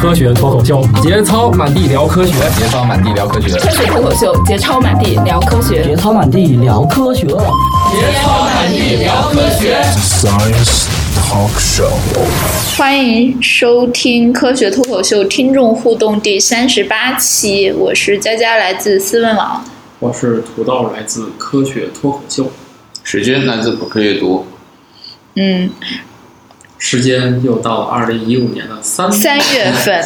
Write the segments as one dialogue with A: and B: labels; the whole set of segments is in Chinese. A: 科学脱口秀，节操满地聊科学，
B: 节操满地聊科学，
C: 科学脱口秀，节操满地聊科学，
D: 节操满地聊科学，
E: 节操满地聊科学。
F: Science Talk Show，
G: 欢迎收听科学脱口秀听众互动第三十八期，我是佳佳，来自思问网；
H: 我是土豆，来自科学脱口秀；
I: 时间来自补课阅读。
G: 嗯。
H: 时间又到了二零一五年的三
G: 三月份，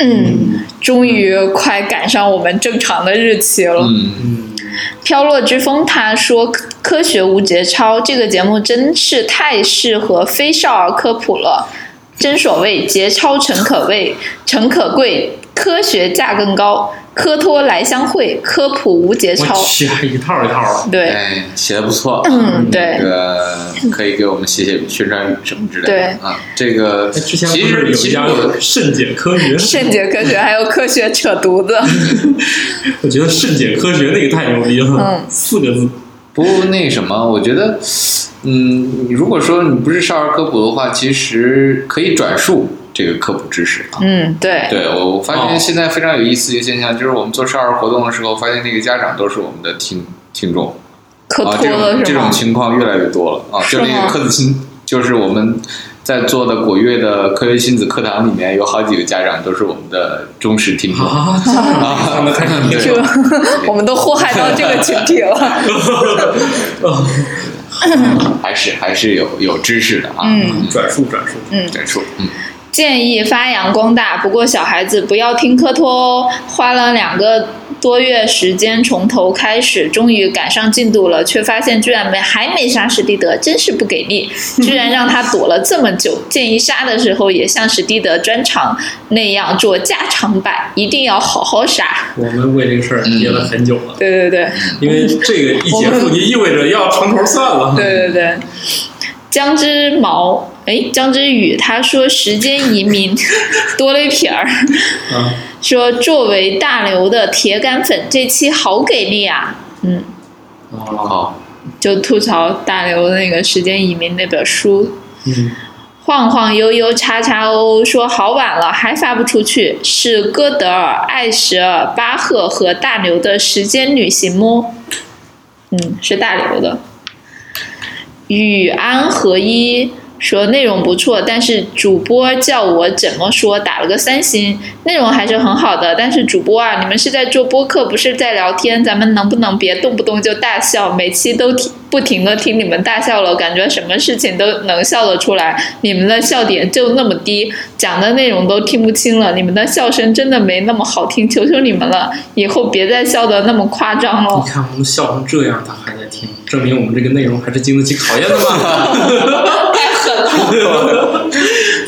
G: 嗯，终于快赶上我们正常的日期了。
I: 嗯，
G: 飘落之风他说：“科学无节操，这个节目真是太适合非少儿科普了。真所谓节操诚可畏，诚可贵，科学价更高。科托来相会，科普无节操。”
H: 一套一套的，
G: 对，
I: 哎，写的不错。
G: 嗯，对，
I: 这个可以给我们写写宣传语什么之类
G: 对
I: 的啊。这个
H: 哎之前
I: 其
H: 有
I: 实其
H: 一
I: 实
H: 家
I: 我
H: 有肾解科学，
G: 肾解科学还有科学扯犊子，
H: 我觉得肾解科学那个太牛逼了，
G: 嗯
H: 四个字，
I: 不那什么，我觉得，嗯，如果说你不是少儿科普的话，其实可以转述这个科普知识啊。
G: 嗯，对，
I: 对，我我发
H: 哦
I: 现现在非常有意思的一个现象，就是我们做少儿活动的时候，发现那个家长都是我们的听听众
G: 科
I: 啊，
G: 托
I: 这
G: 了
I: 种
G: 是
I: 这
G: 吗
I: 种？情况越来越多了啊，
G: 是
I: 就
G: 吗
I: 那个柯子亲，就是我们在做的国乐的科学亲子课堂里面，有好几个家长都是我们的忠实听众
H: 啊，
I: 啊，对
G: 这 我们都祸害到这个群体了。
I: 还是还是有有知识的啊，
G: 嗯
H: 转述转述，
G: 嗯，
I: 转述，嗯，
G: 建议发扬光大，不过小孩子不要听科托哦。花了两个多月时间从头开始，终于赶上进度了，却发现居然没还没杀史蒂德，真是不给 力！居然让他躲了这么久。建议杀的时候也像史蒂德专场那样做加长版，一定要好好杀。
H: 我们为这个事儿憋了很久了，
G: 对对对。
H: 因为这个一结束就意味着要从头算了，
G: 对对对，江之毛，哎，江之雨，他说时间移民多了一撇儿，
H: 啊，
G: 说作为大刘的铁杆粉，这期好给力啊！嗯，
H: 啊，
I: 好，
G: 就吐槽大刘那个《时间移民》那本书。
H: 嗯，
G: 晃晃悠悠叉叉哦哦说好晚了还发不出去，是哥德尔、艾什尔、巴赫和大刘的时间旅行么？嗯，是大刘的。与安合一说内容不错，但是主播叫我怎么说，打了个三星。内容还是很好的，但是主播啊，你们是在做播客，不是在聊天，咱们能不能别动不动就大笑？每期都听不停的听你们大笑了，感觉什么事情都能笑得出来。你们的笑点就那么低，讲的内容都听不清了，你们的笑声真的没那么好听，求求你们了，以后别再笑得那么夸张了
H: 你。看我们笑成这样，他还在听，证明我们这个内容还是经得起考验的嘛，
G: 太狠了，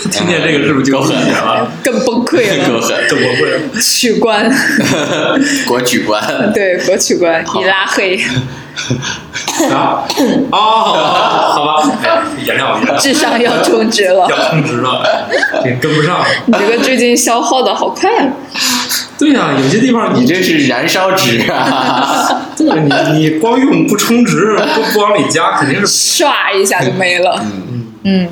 H: 他听见这个是不是就狠了？
G: 更崩溃了。
I: 够狠，
H: 这我会，
G: 取关，
I: 国举官，
G: 对，我取关，已拉黑，
H: 啊，哦，好吧，好吧，哎呀原谅我，原谅我。
G: 智商要充值 了。
H: 要充值了，也跟不上。
G: 你这个最近消耗的好快啊！
H: 对呀、有些地方
I: 你
H: 你
I: 这是燃烧纸啊，
H: 这个你你光用不充值，不不往里加，肯定是
G: 唰一下就没了。
I: 嗯
G: 嗯，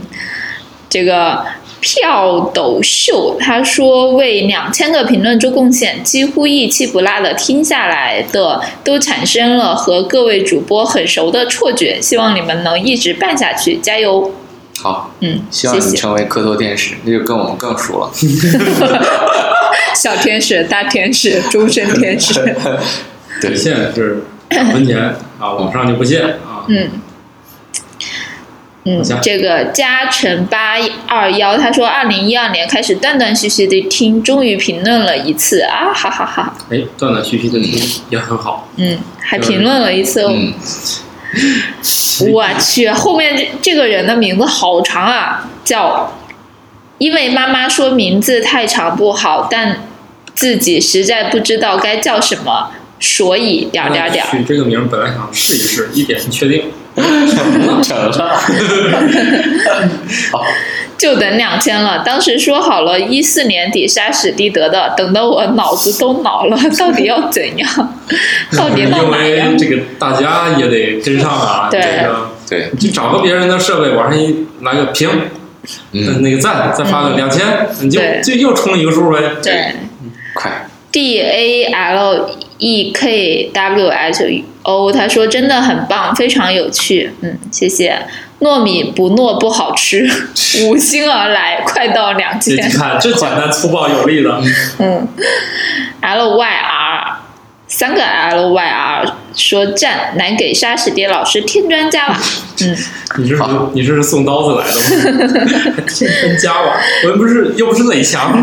G: 这个票斗秀他说为两千个评论做贡献，几乎一期不落的听下来的都产生了和各位主播很熟的错觉，希望你们能一直办下去，加油！
I: 好，
G: 嗯，
I: 希望
G: 谢
I: 你
G: 谢
I: 成为科托天使，那就跟我们更熟了。
G: 小天使、大天使、终身天 使。
I: 对，
H: 现在是文钱啊，往上就不限啊。
G: 嗯，嗯
H: 往下，
G: 这个嘉诚八二幺他说，二零一二年开始断断续续的听，终于评论了一次啊，哈哈哈
H: 哎，断断续续的听也很好。
G: 嗯，还评论了一次哦，
I: 嗯，
G: 我去，后面这这个人的名字好长啊，叫，因为妈妈说名字太长不好，但自己实在不知道该叫什么，所以点儿点儿点儿。
H: 取这个名儿本来想试一试，一点确定。
I: 成了，
G: 就等两千了。当时说好了，一四年底杀史蒂德的，等得我脑子都恼了，到底要怎样？到底到
H: 因
G: 哪呀
H: 为？这个大家也得跟上啊，
G: 对
H: 这个
I: 对，
H: 就找个别人的设备往上一来个屏，呃
I: 嗯
H: 那个赞再发个两千，你就
G: 对
H: 就又冲一个数呗。
G: 对
I: 快，
G: ，D A L E K W H O，他说真的很棒，非常有趣。嗯，谢谢。糯米不糯不好吃，五星而来，快到两
H: 这
G: 千
H: 你。看，这简单粗暴有力的，
G: 嗯，L Y R 三个 L Y R 说赞，难给沙石蝶老师添砖加瓦。嗯，
H: 你是不是你是送刀子来的吗？天真 加 瓦，我又不是又不是 垒 墙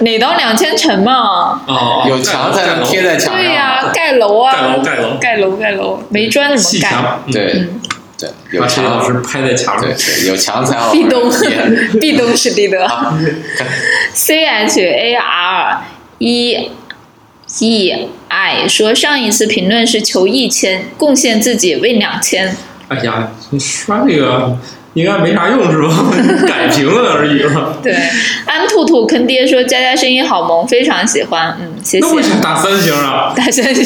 G: 哪到两千层嘛？
H: 啊，
I: 有墙才能贴在墙上。
G: 对呀、盖楼啊，
H: 哎盖楼盖楼
G: 盖楼盖楼，没砖怎
H: 砌
G: 么盖？
H: 墙，嗯
I: 对
G: 嗯啊
I: 对，有
H: 把陈老师
I: 墙，
H: 拍在墙 上
I: 对。对，有墙才好
G: 壁 咚
I: 玩。 也，
G: 壁咚是地的。C H A R E E I 说上一次评论是求一千，贡献自己为两千。
H: 哎呀，你刷这个应该没啥用是吧？ 改评论而已吧。
G: 对，安兔兔坑爹说佳佳声音好萌，非常喜欢。嗯，谢
H: 那为
G: 谢
H: 啥。打三星啊？
G: 大山就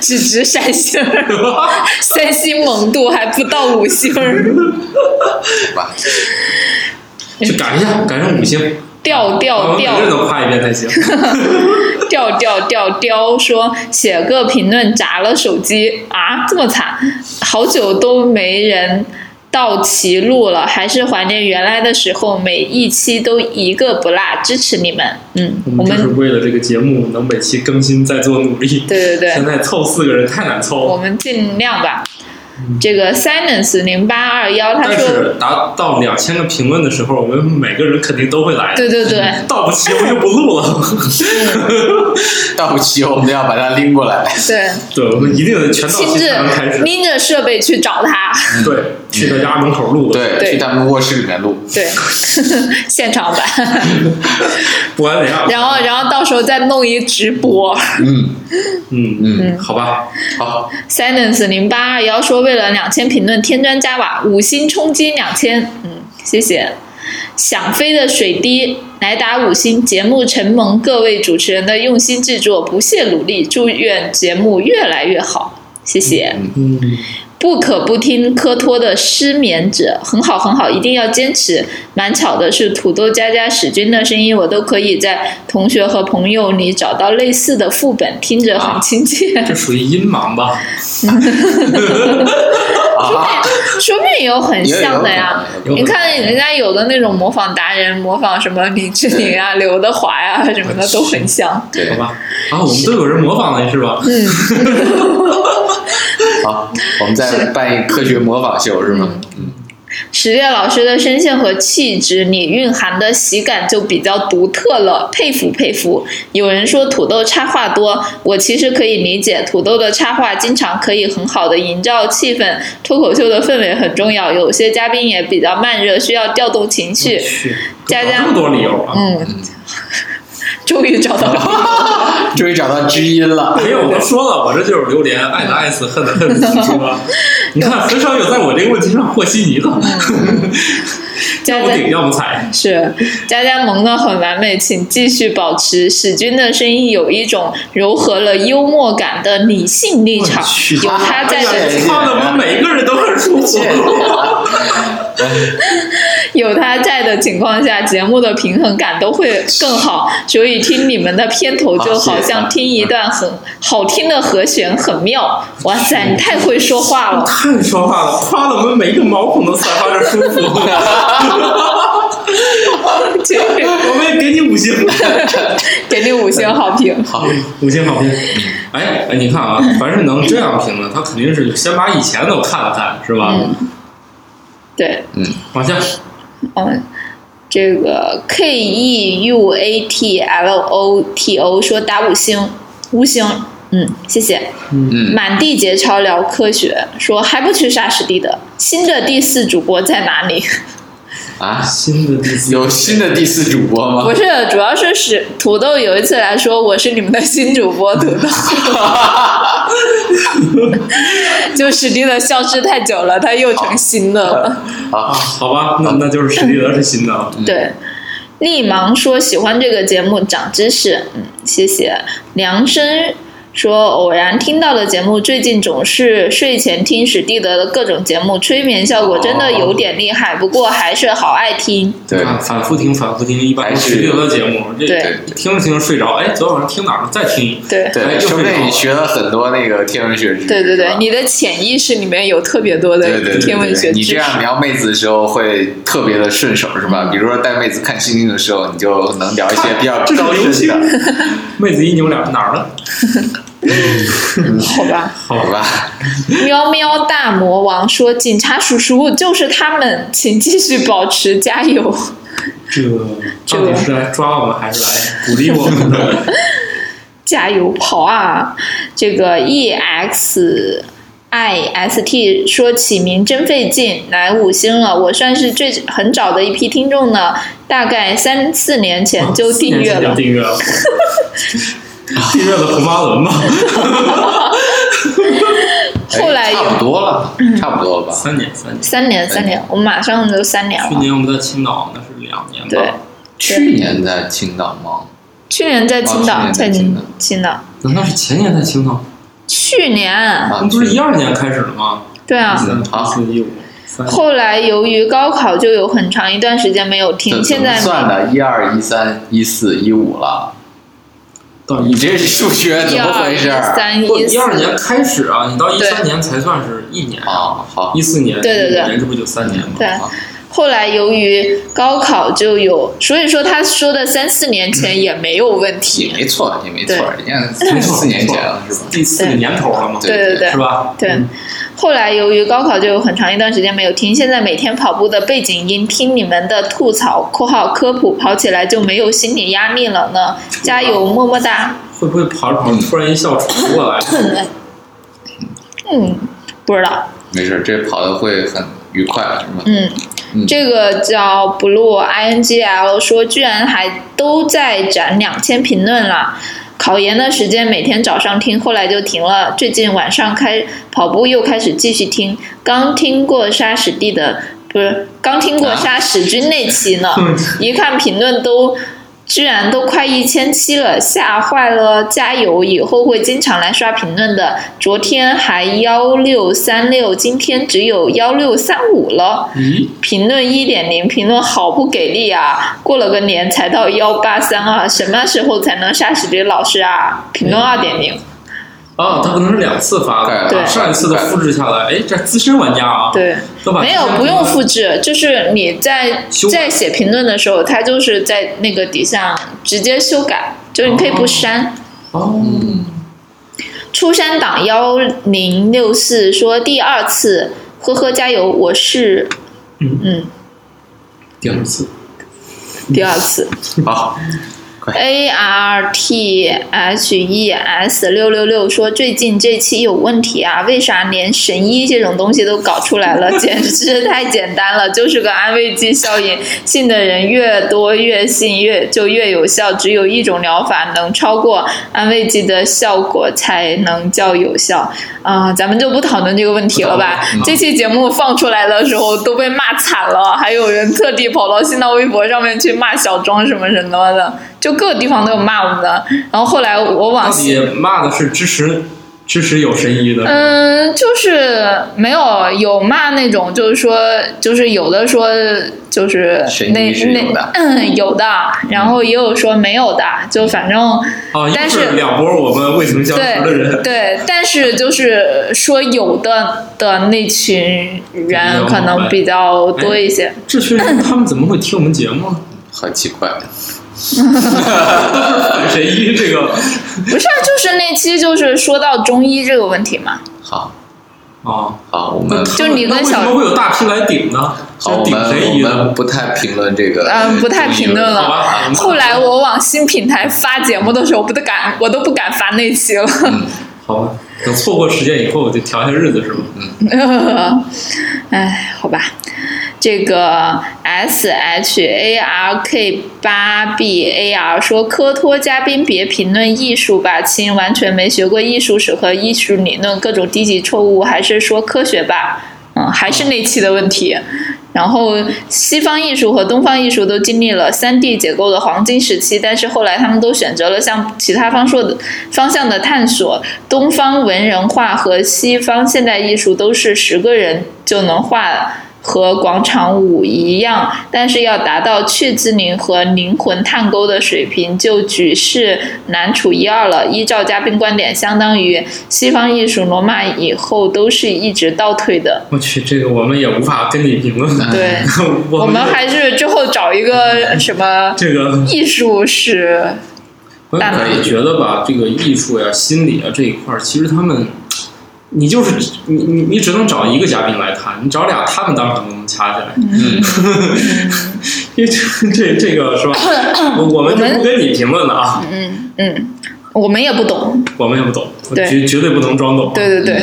G: 只值三星儿， 三星萌度还不到五星儿，
I: 对吧？
H: 去改一下，改成五星，
G: 掉
H: 我
G: 掉
H: 们每
G: 掉
H: 个人都夸一遍 才行。
G: 掉掉掉掉，说写个评论砸了手机啊，这么惨，好久都没人到齐录了，还是怀念原来的时候，每一期都一个不落，支持你们，嗯，我
H: 就
G: 们
H: 是为了这个节目能每期更新在做努力。
G: 对对对
H: 现在凑四个人太难凑
G: 我
H: 了。
G: 们尽量吧。这个 silence 零八二幺他
H: 但
G: 说，
H: 是达到两千个评论的时候，我们每个人肯定都会来。
G: 对对对，
H: 到不齐我就不录了。
I: 到不齐我们要把它拎过 来。
G: 对，
H: 对，我们一定得全到
G: 亲
H: 齐
G: 自
H: 才能开始。
G: 拎着设备去找他，
H: 对，去他家门口录的。
I: 对，
G: 对
I: 去他们卧室里面录。
G: 对， 现场版，
H: 不管怎样，
G: 然后然后到时候再弄一直播。
I: 嗯
H: 嗯
I: 嗯，
H: 好吧，
I: 好，
G: Silence 零八二幺说，为了两千评论添砖加瓦，五星冲击两千，嗯，谢谢。想飞的水滴来打五星，节目承蒙各位主持人的用心制作，不懈努力，祝愿节目越来越好，谢谢。
H: 嗯，
G: 不可不听科托的《失眠者》，很好很好，一定要坚持。蛮巧的是，土豆佳佳、史军的声音，我都可以在同学和朋友里找到类似的副本，听着很亲切。
H: 这属于音盲吧？
G: 说不定也有很像的呀
I: 也有可能。
G: 你看人家有的那种模仿达人，模仿什么林志玲啊、刘德华呀、什么的，都很像。
I: 对
H: 好，吧，啊，我们都有人模仿了是吧？
G: 嗯
I: 好，我们再办一科学模仿秀是吗？嗯，
G: 史烈老师的声线和气质里蕴含的喜感就比较独特了，佩服佩服。有人说土豆插画多，我其实可以理解，土豆的插画经常可以很好的营造气氛，脱口秀的氛围很重要。有些嘉宾也比较慢热，需要调动情绪。
I: 嗯
H: 去，
G: 佳佳
H: 这么多理由啊！
G: 嗯，终于找到了。 嗯
I: 终于找到知音了。
H: 没有，我都说了，我这就是榴莲，爱的爱死，恨的恨死，是 吧？你看，很少有在我这个问题上和稀泥的，
G: 佳
H: 要么
G: 佳
H: 顶，要么踩。
G: 是佳佳萌的很完美，请继续保持。史军的声音有一种柔和了幽默感的理性立场
H: 我去，
G: 有他在
I: 哎呀
G: 的
I: 哎呀
H: 唱的我们每个人都很舒服。
G: 有他在的情况下，节目的平衡感都会更好。所以听你们的片头就好
I: 啊
G: 像听一段很好听的和弦，很妙。哇塞，你太会说话 了！
H: 太说话了，夸的我们每个毛孔都散发着舒 服。我们也给你五星，
G: 给你五星好评。
I: 好，
H: 五星好评。哎，哎你看啊，凡是能这样评的，他肯定是先把以前的看了看，是吧？
G: 嗯，对，
H: 往下，
G: 嗯，这个 K E U A T L O T O 说打五星，五星，嗯，谢谢。
I: 嗯
G: 满地节操聊科学，说还不去沙士地的新的第四主播在哪里？
I: 啊，
H: 新的第四
I: 有新的第四主播吗
G: 不？是，主要是是土豆有一次来说我是你们的新主播，土豆， 就史蒂的消失太久了，他又成新的了。
H: 啊，
I: 啊，
H: 好吧，那那就是史蒂德是新的
I: 嗯
H: 了。
G: 对，立芒说喜欢这个节目，长知识。嗯，谢谢。梁生说偶然听到的节目，最近总是睡前听史蒂德的各种节目，催眠效果真的有点厉害，不过还是好爱听。
I: 对，
H: 啊反复听，反复听，一般
I: 还
H: 都
I: 是
H: 是别的节目，这
G: 对
I: 对
H: 听着听着睡着，哎，昨晚上听哪儿了？再听一，
G: 对
H: 哎
I: 对，
H: 又
I: 说
H: 睡
I: 不
H: 着
I: 定你
H: 了
I: 学了很多那个天文学知识。
G: 对对
I: 是
G: 对，
I: 吧
G: 你的潜意识里面有特别多
I: 对对
G: 的
I: 对
G: 天文学
I: 对对你
G: 知
I: 这
G: 识。
I: 样撩妹子的时候会特别的顺手，是
G: 嗯
I: 吧？比如说带妹子看星星的时候，你就能聊一些比较
H: 这是
I: 高
H: 流
I: 深
H: 星
I: 的，
H: 妹子一扭脸哪儿了？
G: 好吧。
H: 好
I: 好
H: 吧，
I: 吧？哎
G: 喵喵大魔王说：“警察叔叔就是他们，请继续保持加油。
H: 这个
G: 这
H: 到
G: 个
H: 底是来抓我们还是来鼓励我们的？
G: 加油跑啊！这个 E X I S T 说起名真费劲，来五星了，我算是最很早的一批听众呢，大概三四年前就订阅了。
H: 哦订 阅了，订阅了红八轮吧，
I: 哎
G: 后来有嗯
I: 差不多哎了，差不多了吧？
H: 三年三年。
G: 三年，三年，我们马上就三年
H: 去
G: 了。
H: 年我们在青岛，那是两年
G: 对
I: 啊
H: 吧？，
I: 去年在青岛吗？
G: 去年在青岛，
I: 哦去
G: 在
I: 年在青岛
G: 青岛，
H: 难道是前年在青岛？
G: 去年，
I: 啊
H: 那，不是一二年开始的吗？
G: 对啊，
H: 三
I: 好
H: 四一五三，
G: 后来由于高考，就有很长一段时间没有
I: 怎
G: 听。
I: 怎
G: 现
I: 么
G: 在
I: 算的？一二一三一四一五了，
H: 到一
I: 你这数学
G: 一
I: 怎么
G: 二
I: 回
G: 一
I: 事？啊，
G: 三
H: 不
G: 一
H: 一
G: 四
H: 二年开始啊，你到一
G: 对啊
H: 三年才算是一年，
I: 啊好，
H: 一四年
G: 对对对
H: 一五年这不就三年吗？
G: 对
I: 啊。
G: 后来由于高考就有，所以说他说的三四年前也没有问
I: 也
G: 题。
I: 没错，也没错，
G: 对
I: 人家
H: 没
I: 三
H: 错
I: 四年前了，是吧？
H: 第四个年头了嘛，
I: 对
G: 对对
H: 是吧？嗯
G: 对，后来由于高考就有很长一段时间没有听，现在每天跑步的背景音听你们的吐槽（括号科普），跑起来就没有心理压力了呢。加油，么么哒！
H: 会不会跑着跑着突然一笑喘不过来？
G: 嗯，不知道。
I: 没事，这跑的会很愉快，啊是吧？
G: 嗯，
I: 嗯
G: 这个叫 blue ingl 说，居然还都在攒两千评论了。考研的时间每天早上听，后来就停了。最近晚上开跑步又开始继续听，刚听过沙史蒂的，不是刚听过沙史君那期呢。 一看评论都居然都快一千七了，吓坏了！加油，以后会经常来刷评论的。昨天还幺六三六，今天只有幺六三五了。
H: 咦，
G: 评论一点零，评论好不给力啊！过了个年才到幺八三啊，什么时候才能杀死这老师啊？评论二点
H: 嗯
G: 零，
H: 啊，他可能是两次发的，
I: 对
H: 把上一次的复制下来，哎，这资深玩家啊，
G: 对，
H: 都把
G: 没有
H: 之前
G: 不用
H: 的
G: 复制，就是你在
H: 修改
G: 在写评论的时候，它就是在那个底下直接修改，就是你可以不
H: 哦
G: 删。
H: 哦，
G: 初山党幺零六四说第二次，呵呵加油，我是
H: 嗯
G: 嗯
H: 第二次
G: 第二次
I: 好，
G: A R T H E S 六六六说最近这期有问题啊，为啥连神医这种东西都搞出来了，简直太简单了，就是个安慰剂效应，信的人越多越信越就越有效，只有一种疗法能超过安慰剂的效果才能叫有效啊、咱们就不讨论这个问题了吧
H: 不讨论嗯。
G: 这期节目放出来的时候都被骂惨了，还有人特地跑到新浪微博上面去骂小庄什么什么的，就各个地方都有骂我们的。然后后来我往
H: 到底骂的是支持支持有神医的，
G: 嗯，就是没有有骂那种，就是说，就是有的说就是
I: 神
G: 那
I: 医是
G: 那
I: 有的
G: 嗯有的，然后也有说没有的，就反正
H: 啊，
G: 但
H: 又
G: 是
H: 是两波我们未曾相识的
G: 对
H: 人，
G: 对，但是就是说有的的那群人可能比较多一些，
H: 这群人他们怎么会听我们节目呢？
I: 好奇怪，
H: 反神医这个
G: 不是啊，就是那期就是说到中医这个问题嘛，
I: 好
H: 啊，
I: 好，我
H: 那
I: 们
H: 他
G: 就你跟
H: 那为
G: 小
H: 什么会有大 P 来顶呢？
I: 好，
H: 就
I: 我
H: 顶
I: 们
H: 神
I: 我
H: 医
I: 们
H: 的，
I: 不太评论这个，
G: 嗯，不太评论
H: 哎好吧
G: 了。后来我往新平台发节目的时候，不都敢，我都不敢发那期了。
H: 好吧，等错过时间以后我就调一下日子是吧？
I: 嗯
G: 哎，好吧，这个 S H A R K 八 B A R 说科托嘉宾别评论艺术吧，亲，完全没学过艺术史和艺术理论，各种低级错误，还是说科学吧。嗯，还是那期的问题。然后西方艺术和东方艺术都经历了三 D 结构的黄金时期，但是后来他们都选择了向其他方说的方向的探索。东方文人画和西方现代艺术都是十个人就能画。和广场舞一样，但是要达到去自灵和灵魂探沟的水平，就举世难处一二了。依照嘉宾观点，相当于西方艺术罗马以后都是一直倒退的。
H: 我去，这个我们也无法跟你评论。
G: 对，
H: 我
G: 们还是之后找一个什么
H: 这个
G: 艺术史。
H: 我也觉得吧，这个艺术呀、啊、心理啊这一块儿，其实他们。你就是你你你只能找一个嘉宾来谈，你找俩他们当场都能掐起来。嗯， 因为这这这个是吧？我们就不跟你评论了
G: 啊。嗯嗯，我们也不懂，
H: 我们也不懂，
G: 对
H: 绝绝对不能装懂。啊
G: 对对对。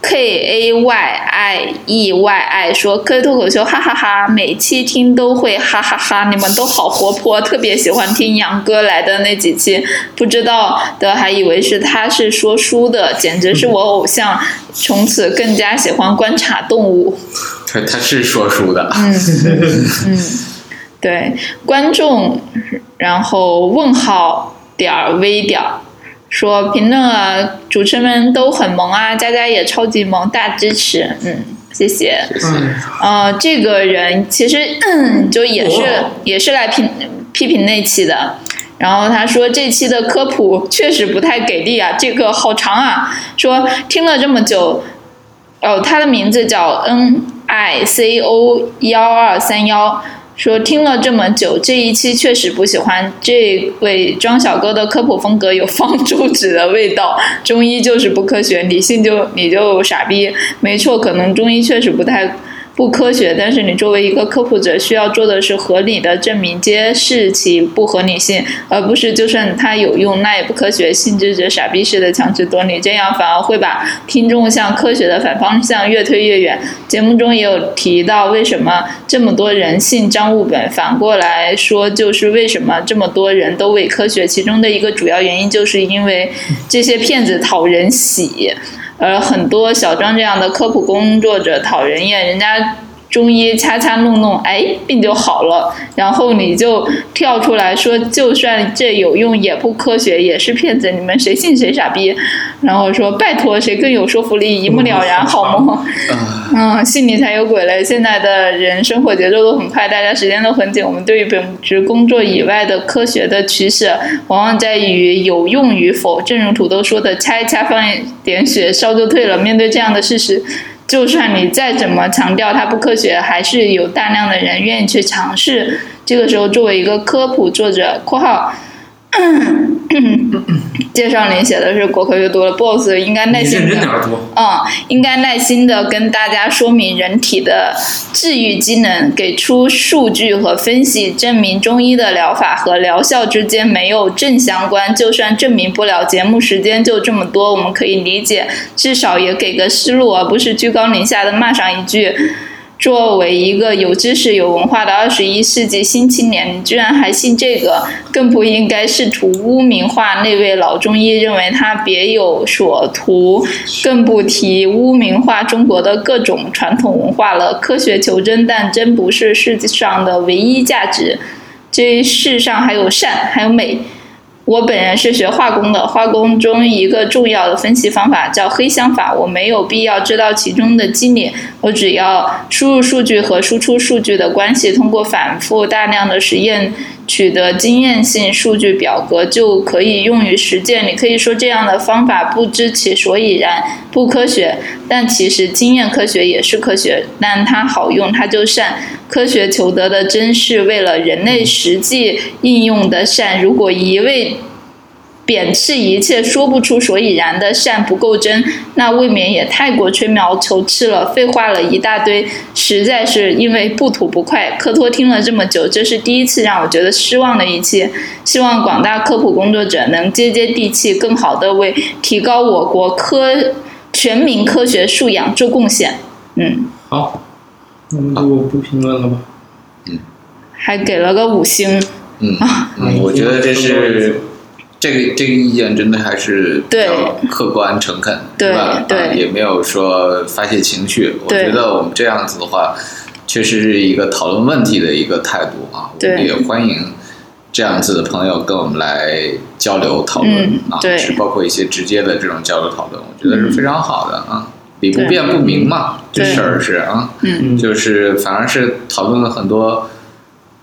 G: K A Y I E Y I 说科脱口秀，哈,哈哈哈！每期听都会哈哈哈！你们都好活泼，特别喜欢听杨哥来的那几期，不知道的还以为是他是说书的，简直是我偶像。从此更加喜欢观察动物。
I: 他他是说书的。
G: 嗯嗯，对，观众，然后问号点儿 V 点儿。说评论啊，主持人们都很萌啊，佳佳也超级萌，大支持，嗯，谢谢。
I: 谢谢。
G: 呃，这个人其实嗯就也是也是来评批评那期的，然后他说这期的科普确实不太给力啊，这个好长啊，说听了这么久，哦，他的名字叫 N I C O 幺二三幺。说听了这么久，这一期确实不喜欢。这位庄小哥的科普风格有方舟纸的味道，中医就是不科学，理性就你就傻逼。没错，可能中医确实不太不科学，但是你作为一个科普者，需要做的是合理的证明揭示其不合理性，而不是就算它有用，那也不科学，性质者傻逼式的强词夺理，这样反而会把听众向科学的反方向越推越远。节目中也有提到，为什么这么多人信张悟本？反过来说，就是为什么这么多人都伪科学？其中的一个主要原因，就是因为这些骗子讨人喜，而很多小张这样的科普工作者讨人厌，人家。中医掐掐弄弄，哎，病就好了。然后你就跳出来说，就算这有用，也不科学，也是骗子。你们谁信谁傻逼。然后说，拜托，谁更有说服力，一目了然，好吗？嗯，信你才有鬼嘞。现在的人生活节奏都很快，大家时间都很紧。我们对于本职工作以外的科学的取舍，往往在于有用与否。正如土豆说的，掐一掐，放一点血，烧就退了。面对这样的事实。就算你再怎么强调它不科学，还是有大量的人愿意去尝试。这个时候，作为一个科普作者（括号）， 介绍里写的是国科阅读了，boss 应该耐心的，嗯，应该耐心的跟大家说明人体的治愈机能，给出数据和分析，证明中医的疗法和疗效之间没有正相关。就算证明不了，节目时间就这么多，我们可以理解，至少也给个思路，而不是居高临下的骂上一句。作为一个有知识、有文化的二十一世纪新青年，你居然还信这个，更不应该试图污名化那位老中医，认为他别有所图，更不提污名化中国的各种传统文化了。科学求真，但真不是世界上的唯一价值，这世上还有善，还有美。我本人是学化工的，化工中一个重要的分析方法叫黑箱法。我没有必要知道其中的机理，我只要输入数据和输出数据的关系，通过反复大量的实验取得经验性数据表格，就可以用于实践。你可以说这样的方法不知其所以然，不科学，但其实经验科学也是科学，但它好用它就善。科学求得的真是为了人类实际应用的善，如果一味贬斥一切说不出所以然的善不够真，那未免也太过吹毛求疵了，废话了一大堆，实在是因为不吐不快。科托听了这么久，这是第一次让我觉得失望的一期，希望广大科普工作者能接接地气，更好的为提高我国科全民科学素养做贡献。嗯，
H: 好。那我就不评论了吧。
I: 嗯，
G: 还给了个五星。
I: 嗯，嗯我觉得这是这个这个意见真的还是比较客观诚恳，
G: 对
I: 吧？
G: 对、啊，
I: 也没有说发泄情绪。我觉得我们这样子的话，确实是一个讨论问题的一个态度啊。我
G: 对
I: 们也欢迎这样子的朋友跟我们来交流讨论
G: 嗯
I: 啊，
G: 对嗯
I: 是包括一些直接的这种交流讨论，我觉得是非常好的啊。理不辩不明嘛，这
G: 对
I: 事儿是啊，
G: 嗯
I: 就是反而是讨论了很多。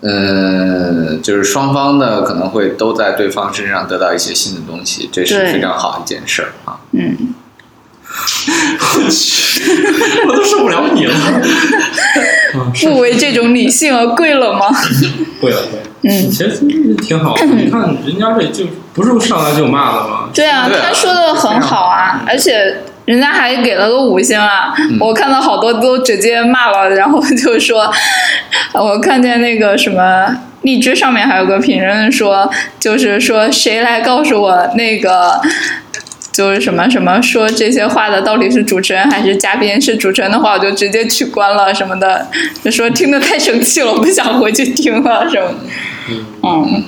I: 嗯，就是双方呢可能会都在对方身上得到一些新的东西，这是
G: 对
I: 非常好一件事儿啊。
G: 嗯，
H: 我去，我都受不了你了。
G: 不为这种理性而跪了吗？
H: 会了会了，
G: 嗯
H: 其实挺好的。你看人家这就不是上来就骂的吗？
G: 对啊，
I: 对啊
G: 他说的很好啊，而且人家还给了个五星啊。我看到好多都直接骂了，然后就说， 我看见那个什么荔枝上面还有个评论说，就是说谁来告诉我那个。就是什么什么说这些话的到底是主持人还是嘉宾？是主持人的话，我就直接取关了什么的。就说听得太生气了，不想回去听了什么的。嗯，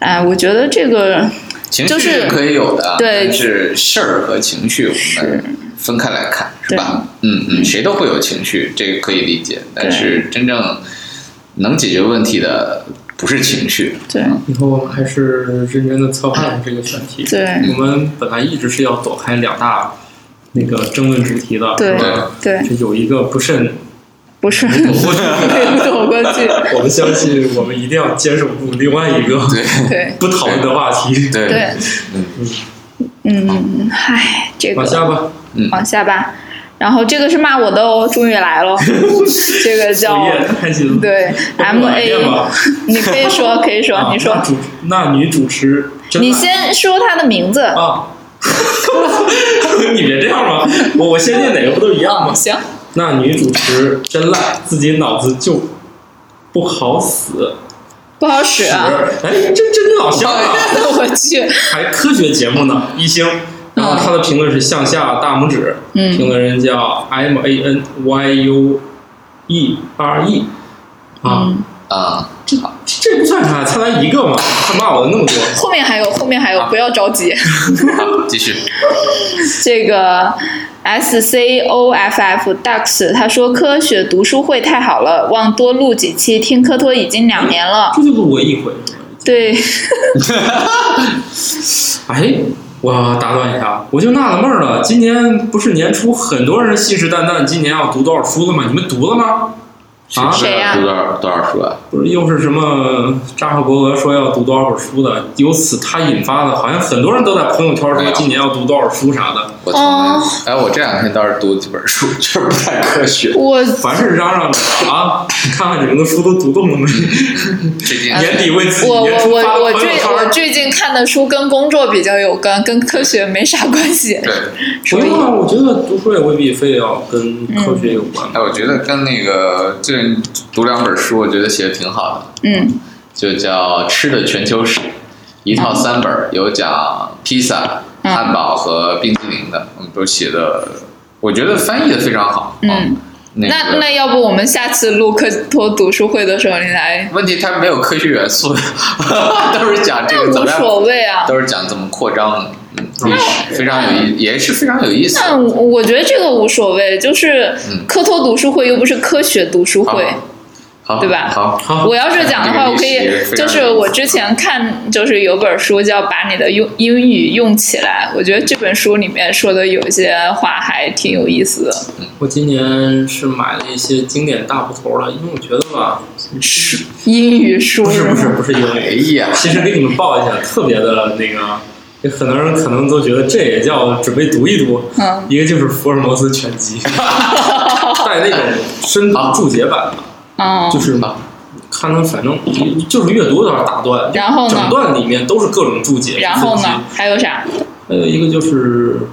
G: 哎，我觉得这个
I: 情绪
G: 就是是
I: 可以有的，啊
G: 对
I: 但是事儿和情绪我们分开来看，是吧？嗯嗯，谁都会有情绪，这个可以理解。但是真正能解决问题的不是情 绪，
G: 对
H: 以后还是认真的策划了这个选题。
G: 对
H: 我们本来一直是要躲开两大那个争论主题的，
G: 对
H: 是吧
G: 对，
H: 这有一个不慎，
G: 不是对躲过 去，
H: 我们相信我们一定要坚守住另外一个
I: 对
G: 对
H: 不讨论的话题。
I: 对
G: 对，嗯，唉，这个
H: 往下吧，
G: 往下吧。然后这个是骂我的哦，终于来 了，这个叫
H: 午夜开心了。
G: 对 M
H: 晚
G: A，
H: 宴吧
G: 你可以说可以
H: 啊
G: 说，你说
H: 那，主那女主持真
G: 你
H: 来
G: 先说他的名字，
H: 啊。 你别这样嘛！我我先念哪个不都一样吗？
G: 行，
H: 那女主持真赖，自己脑子就不好使。
G: 不好使
H: 哎
G: 啊，，
H: 这真的老乡啊，
G: 我去，
H: 还科学节目呢，一星。然后他的评论是向下大拇指，
G: 嗯
H: 评论人叫 M A N Y U E R E 啊，
G: 嗯，
I: 啊，
H: 这这不算啥，才来一个嘛，他骂我的那么多，
G: 后面还有后面还
H: 啊
G: 有，不要着急，
I: 好，继续。
G: 这个 S C O F F Dux 他说科学读书会太好了，望多录几期。听科托已经两年了，
H: 这就录过一回。
G: 对，
H: 哎，我打断一下，啊我就纳了闷儿了，今年不是年初很多人信誓旦旦今年要读多少书了吗？你们读了吗？啊，
G: 谁呀
I: 读多少多少书啊？
H: 不是又是什么扎克伯格说要读多少本书的，由此他引发的，好像很多人都在朋友圈
I: 哎
H: 说
I: 呀
H: 今年要读多少书啥的，
I: 我从
G: 哦
I: 来，哎，我这两天倒是读几本书，就是不太科学。
G: 我
H: 凡是嚷嚷着啊，你看看你们的书都读动了没？
I: 最近
G: 呃
H: 年底为自己
G: 我
H: 年
G: 我
H: 初啊发
G: 我我
H: 朋
G: 最我
H: 友圈。
G: 最近看的书跟工作比较有关，跟科学没啥关系，
I: 对，
H: 不
G: 所以
H: 用啊，我觉得读书也未必非要跟科学有关吧。
I: 哎，我觉得跟那个最近读两本书，我觉得写的挺好的。
G: 嗯
I: 就叫《吃的全球史》，一套三本儿，有讲披萨、
G: 嗯
I: 汉堡和冰淇淋的，嗯，都写的，我觉得翻译的非常好。啊
G: 嗯，
I: 那
G: 那
I: 个
G: 那要不我们下次录科托读书会的时候你来，
I: 问题它没有科学元素， 都是讲这
G: 那
I: 个怎
G: 无
I: 么样，
G: 所谓啊。
I: 都是讲怎么扩张，嗯，历史非常有意，也是非常有意思的。
G: 那我我觉得这个无所谓，就是
I: 嗯
G: 科托读书会又不是科学读书会，
H: 啊
I: 好，好
G: 对吧
I: 好，
H: 好，
G: 我要是讲的话，我可以
I: 这个历史也非常有意思
G: 就是我之前看就是有本书叫《把你的用英语用起来》，我觉得这本书里面说的有一些话还挺有意思的。
H: 我今年是买了一些经典大部头了，因为我觉得吧，
G: 英语书
H: 不是不
G: 吗
H: 是不是英
I: 哎
H: 语，
I: 呀，
H: 其实给你们报一下，特别的那个，有很多人可能都觉得这也叫准备读一读。
G: 嗯，
H: 一个就是福尔摩斯全 集，带那种深度注解版的，
G: 嗯
H: 就是看它反正就是阅读有点打断，
G: 然后呢
H: 整段里面都是各种注解。
G: 然后
H: 分析
G: 呢？还有啥？
H: 还有一个就是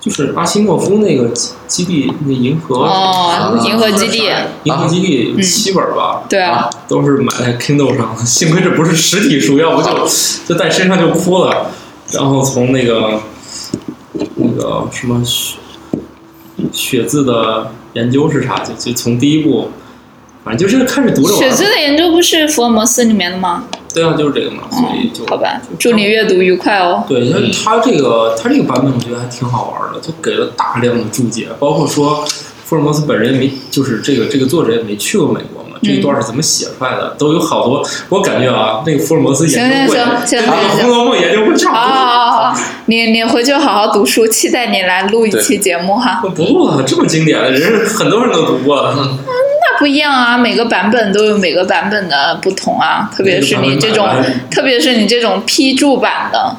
H: 就是阿西莫夫那个基基地那银河，
G: 哦，银河啊嗯基地，
H: 银河基地有七本吧，
G: 对啊，
H: 都是买在 Kindle 上的，幸亏这不是实体书，要不就就带身上就哭了。然后从那个那个什么血血字的研究是啥，就就从第一部，反正就是开始读着玩
G: 血。字的研究不是福尔摩斯里面的吗？
H: 对啊，就是这个嘛，所以就、
G: 好吧，祝你阅读愉快哦。
H: 对，因为它这个它这个版本我觉得还挺好玩的，就给了大量的注解，包括说福尔摩斯本人也没，就是这个这个作者也没去过美国
G: 嗯
H: 嘛，这一段是怎么写出来的，都有好多，我感觉啊，那个福尔摩斯研究会，啊
G: 行行行行
H: 跟那个《
G: 行啊
H: 红楼梦》研究会差
G: 好
H: 不多。
G: 好好好，你你回去好好读书，期待你来录一期节目哈。
H: 不录了，这么经典的人，很多人都读过了。
G: 那不一样啊，每个版本都有每个版本的不同啊，特别是你这种
H: 每个版本版，本
G: 特别是你这种批注版的，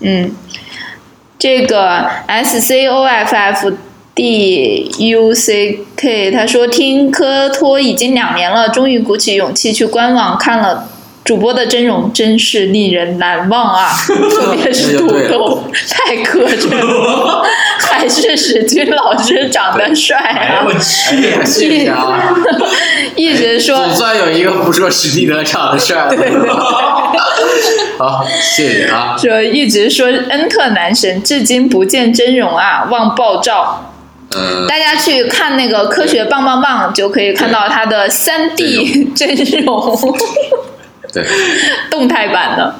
G: 嗯，这个 S C O F F D U C K 他说听科托已经两年了，终于鼓起勇气去官网看了。主播的真容真是令人难忘 啊，特别是土豆太磕碜 了，还是史军老师长得帅
H: 哎呀，
G: 啊
H: 我！去！
I: 谢 谢啊！
G: 一直说
I: 总算有一个不说史蒂德长得帅了。 好，谢谢啊！
G: 说一直说恩特男神，至今不见真容啊，望爆照。
I: 嗯，
G: 大家去看那个《科学棒棒棒》，就可以看到它的三 D 真容
I: 对，
G: 动态版的。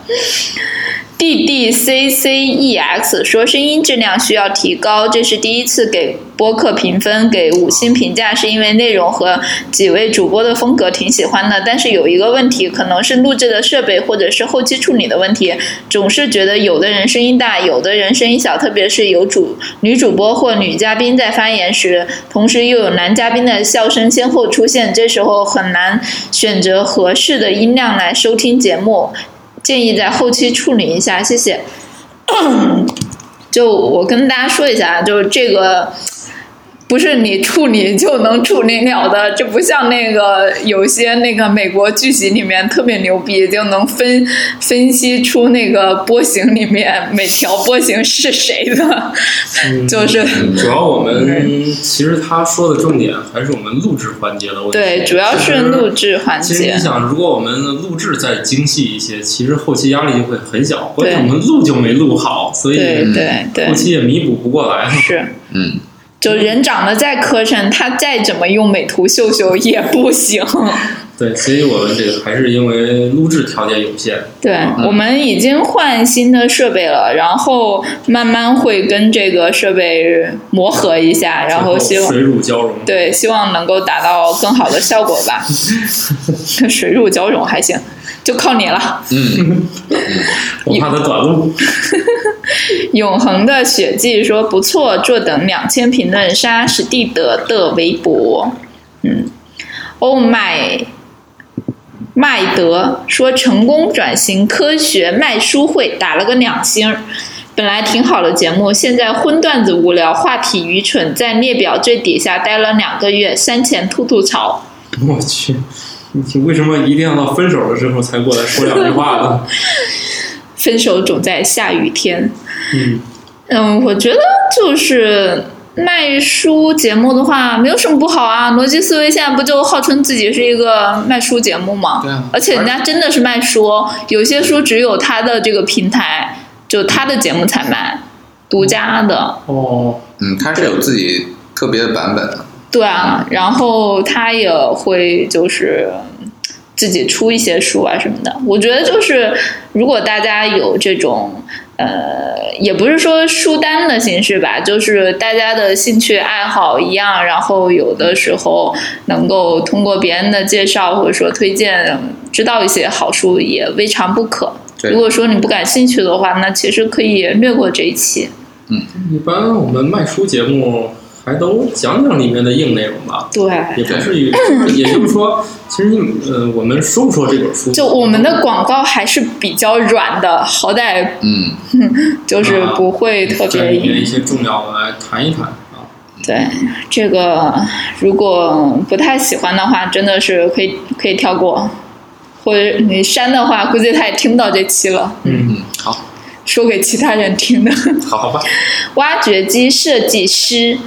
G: D D C C E X 说声音质量需要提高，这是第一次给播客评分给五星评价，是因为内容和几位主播的风格挺喜欢的。但是有一个问题，可能是录制的设备或者是后期处理的问题，总是觉得有的人声音大，有的人声音小，特别是有主女主播或女嘉宾在发言时，同时又有男嘉宾的笑声先后出现，这时候很难选择合适的音量来收听节目。建议在后期处理一下，谢谢。就我跟大家说一下，就是这个不是你处理就能处理了的，这不像那个有些那个美国剧集里面特别牛逼，就能分分析出那个波形里面每条波形是谁的，就是
H: 嗯
G: 嗯
H: 主要我们其实他说的重点还是我们录制环节的问题。
G: 对，主要是录制环
H: 其实
G: 节
H: 你。想，如果我们的录制再精细一些，其实后期压力就会很小。关
G: 对
H: 键我们录就没录好，所
G: 对
H: 以
G: 对对
H: 后，期也弥补不过来。
G: 是。
I: 嗯，
G: 就人长得再磕碜，他再怎么用美图秀秀也不行。
H: 对，所以我们这个还是因为录制条件有限。
G: 对、我们已经换新的设备了，然后慢慢会跟这个设备磨合一下，然后希
H: 最
G: 望
H: 水乳交融。
G: 对希望能够达到更好的效果吧。水乳交融还行，就靠你了。
H: 我怕他短路。
G: 永恒的血迹说不错，坐等两千评论杀史蒂德的微博。嗯，Oh my，麦德说成功转型科学卖书会，打了个两星儿。本来挺好的节目，现在荤段子无聊，话题愚蠢，在列表最底下待了两个月，删前吐吐槽。
H: 我去，你为什么一定要到分手了之后才过来说两句话呢？
G: 分手总在下雨天。
H: 嗯
G: 嗯，我觉得就是卖书节目的话，没有什么不好啊。逻辑思维现在不就号称自己是一个卖书节目吗？
I: 对啊
G: 而且人家真的是卖书，哦有些书只有他的这个平台，就他的节目才卖，独家的。
H: 哦，
I: 嗯，他是有自己特别的版本的。
G: 对啊，然后他也会就是自己出一些书啊什么的。我觉得就是，如果大家有这种呃，也不是说书单的形式吧，就是大家的兴趣爱好一样，然后有的时候能够通过别人的介绍或者说推荐，知道一些好书也未尝不可。
I: 对
G: 如果说你不感兴趣的话，那其实可以略过这一期。
H: 一般我们卖书节目还都讲讲里面的硬内容吧，
G: 对，
H: 也不至于。也就是说，其实你呃，我们说不说这本书？
G: 就我们的广告还是比较软的，好歹
I: 嗯，
G: 就是不会特
H: 这
G: 别
H: 里面
G: 硬。
H: 一些重要的来谈一谈啊。
G: 对这个，如果不太喜欢的话，真的是可以可以跳过，或者你删的话，估计他也听不到这期了，
H: 嗯，
I: 好，
G: 说给其他人听的。
H: 好吧，
G: 挖掘机设计师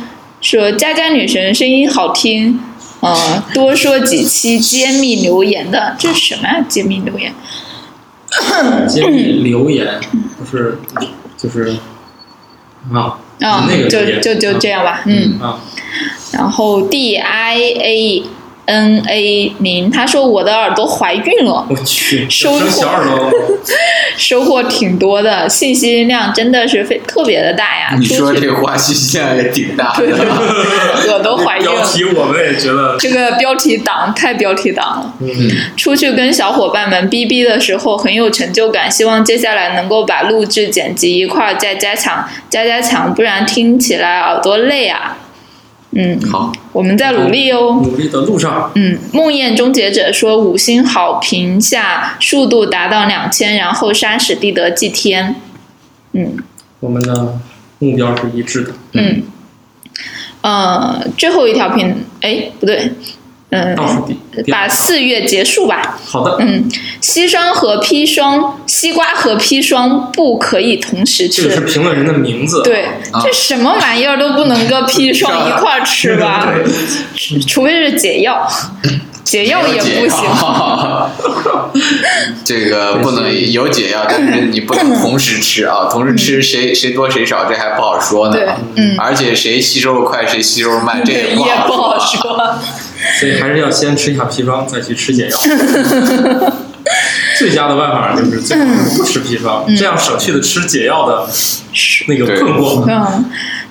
G: 说：“佳佳女神声音好听，呃，多说几期揭秘留言的，这是什么呀？揭秘留言？
H: 接着
G: 嗯
H: 留言就是就是啊
G: 啊、
H: 那个留
G: 就
H: 言
G: 就就这样吧，嗯。
H: 啊，
G: 然后 D I A N A 零，他说我的耳朵怀孕了，
H: 我去，
G: 收获
H: 生小耳朵了，
G: 收获挺多的，信息量真的是非特别的大呀。
I: 你说
G: 出去
I: 这话信息量也挺大
G: 对
I: 的。
G: 我都怀孕
H: 标
G: 了。
H: 题我们也觉得，
G: 这个标题党太标题党了。
H: 嗯，
G: 出去跟小伙伴们逼逼的时候很有成就感，希望接下来能够把录制、剪辑一块儿再加强、加加强，不然听起来耳朵累啊。嗯，
I: 好，
G: 我们在努力哦。
H: 努力的路上，
G: 嗯，梦魇终结者说五星好评下速度达到两千，然后杀死地德祭天。嗯，
H: 我们的目标是一致的。
G: 嗯，呃，最后一条评，哎，不对，嗯、
H: 倒数第哦第二
G: 把
H: 条
G: 四月结束吧。
H: 好的，
G: 嗯，砒霜和砒霜，西瓜和砒霜不可以同时
H: 这个是
G: 吃。
H: 评论人的名字。
G: 对，
I: 啊
G: 这什么玩意儿都不能跟砒霜一块儿吃吧？除非是解药，解药也不行。
I: 行。 这个不能有解药，但是你不能同时吃啊！同时吃谁谁多谁少，这还不好说呢啊
G: 对。嗯
I: 而且谁吸收快，谁吸收慢，这
G: 对，
I: 不
G: 也不好
I: 好啊。
G: 说。
H: 所以还是要先吃一下砒霜，再去吃 解药。最佳的办法就是最好是不吃砒霜，
G: 嗯
H: 这样省去了吃解药的那个困惑。
G: 嗯，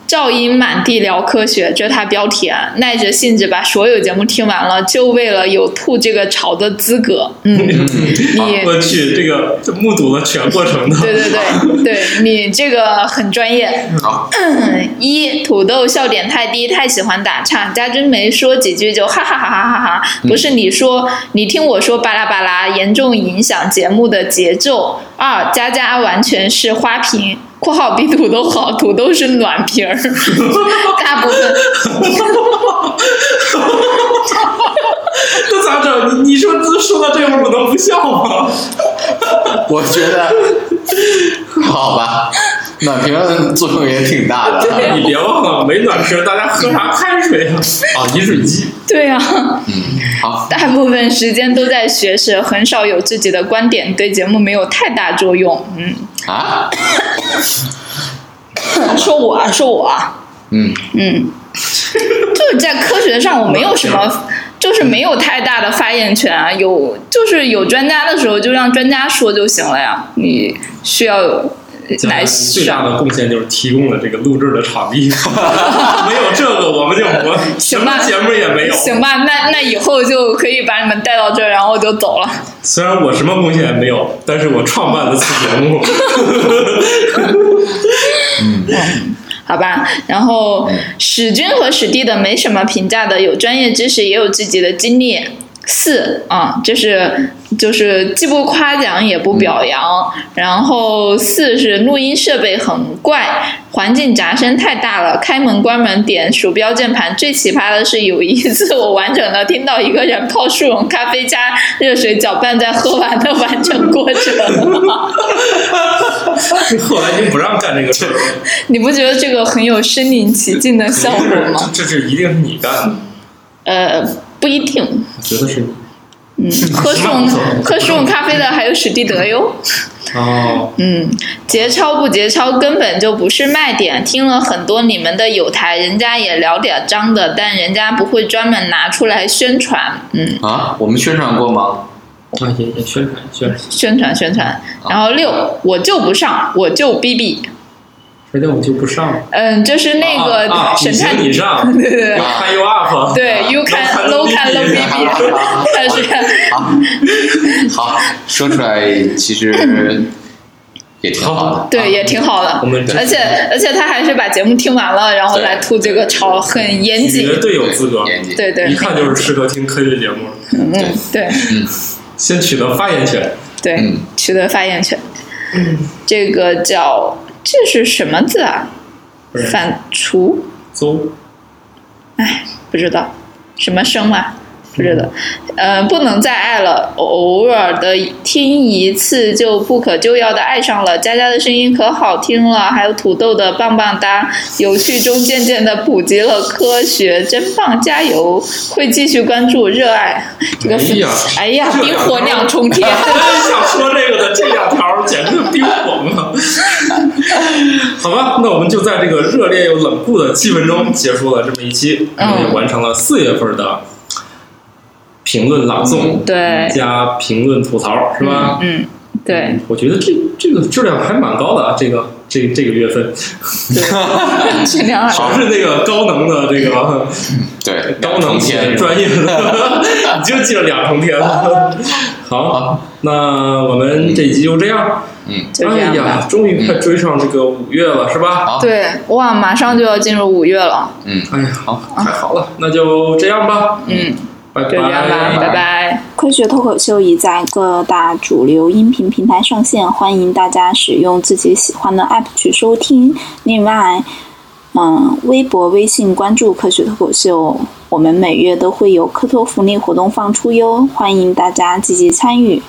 G: 噪音满地聊科学，这是他标题啊，耐着性子把所有节目听完了，就为了有吐这个槽的资格。嗯，你
H: 我去，这个目睹了全过程的。
G: 对对对对，你这个很专业。嗯
I: 好，
G: 一土豆笑点太低，太喜欢打岔，家军没说几句就哈哈哈哈哈哈，不是你说，你听我说巴拉巴拉，严重影响节目的节奏。二佳佳完全是花瓶。括号比土豆好，土豆是暖瓶儿，大部分
H: 那咋整？你你说这说到这会儿，我能不笑 吗？
I: 我觉得 好吧，暖瓶作用也挺大的啊。
H: 你别忘了，没暖瓶，大家喝啥开水啊？ 啊，饮水机。
G: 对啊，
I: 好，
G: 大部分时间都在学习，很少有自己的观点，对节目没有太大作用。嗯，
I: 啊，
G: 说我啊，说我啊，
I: 嗯，
G: 嗯，就是在科学上我没有什么，就是没有太大的发言权啊。有就是有专家的时候，就让专家说就行了呀。你需要有来
H: 最大
G: 上
H: 的贡献就是提供了这个录制的场地， 没有这个我们就我什
G: 行吧
H: 么节目也没有。
G: 行吧？那那以后就可以把你们带到这儿，然后我就走了。
H: 虽然我什么贡献也没有，但是我创办了此节目。
G: 好吧，然后史军和史蒂的没什么评价的，有专业知识，也有自己的经历。四啊，就是就是既不夸奖也不表扬，然后四是录音设备很怪，环境杂声太大了，开门关门点鼠标键盘。最奇葩的是有一次我完整的听到一个人泡速溶咖啡加热水搅拌再喝完的完整过程，
H: 后来已经不让干这个事儿了，
G: 你不觉得这个很有身临其境的效果吗？
H: 这是一定是你干的，
G: 呃，不一定。
H: 我觉得是你。
G: 嗯，喝速
H: 那不错
G: 溶喝速溶咖啡的还有史蒂德哟。
H: 哦，
G: 嗯，节操不节操根本就不是卖点。听了很多你们的有台，人家也聊点脏的，但人家不会专门拿出来宣传。嗯，
I: 啊，我们宣传过吗？
H: 啊也也宣传宣传，
G: 宣传宣传。然后六，我就不上，我就逼逼。
H: 说的我就不上了。
G: 嗯，就是那
H: 啊啊
G: 个
H: 啊
G: 神探，
H: 你行你 上
G: 对对对。
H: Can you up？
G: 对，you can low can low BB，但是
I: 好，说出来其实也挺 好的。
G: 对也挺好的
H: 我们，
G: 而且而且他还是把节目听完了，然后来吐这个槽，很严谨。
H: 绝对有资格，
I: 严谨。
G: 对对，
H: 一看就是适合听科学节目。
G: 嗯，对
H: 先取得发言权，
G: 对
I: 嗯，
G: 取得发言权。这个叫这是什么字啊？
H: 不是
G: 反刍？
H: 邹
G: 哎，不知道什么生啊？不知道。呃，不能再爱了，偶尔的听一次就不可救药的爱上了。佳佳的声音可好听了，还有土豆的棒棒哒，有趣中渐渐的普及了科学，真棒，加油！会继续关注，热爱这个粉
H: 哎呀。
G: 哎呀，
H: 这
G: 冰
H: 两
G: 火
H: 条
G: 两重 天。
H: 我也想说这个的，这两条简直就逼我们了。好吧，那我们就在这个热烈又
G: 嗯
H: 冷酷的气氛中结束了这么一期，我们也完成了四月份的评论朗诵，
G: 嗯对，
H: 加评论吐槽，是吧？
G: 嗯，对，
H: 我觉得这这个质量还蛮高的啊，这个这这个月份，
G: 质 量
H: 少是那个高能的这个
I: 对，
H: 高能
I: 天
H: 且专业 的，你就记了两重天。好，那我们这一集就这样。
I: 嗯
G: 就这
H: 哎
G: 样吧
H: 呀。，终于快追上这个五月了，是吧？
I: 好，
G: 对，哇，马上就要进入五月了，
I: 嗯，
H: 哎呀，
I: 好，
H: 太好了，那就这样吧，
G: 嗯，
H: 拜
G: 就这样吧，拜拜。
B: 科学脱口秀已在各大主流音频平台上线，欢迎大家使用自己喜欢的 app 去收听。另外，嗯，微博、微信关注科学脱口秀，我们每月都会有科托福利活动放出哟，欢迎大家积极参与。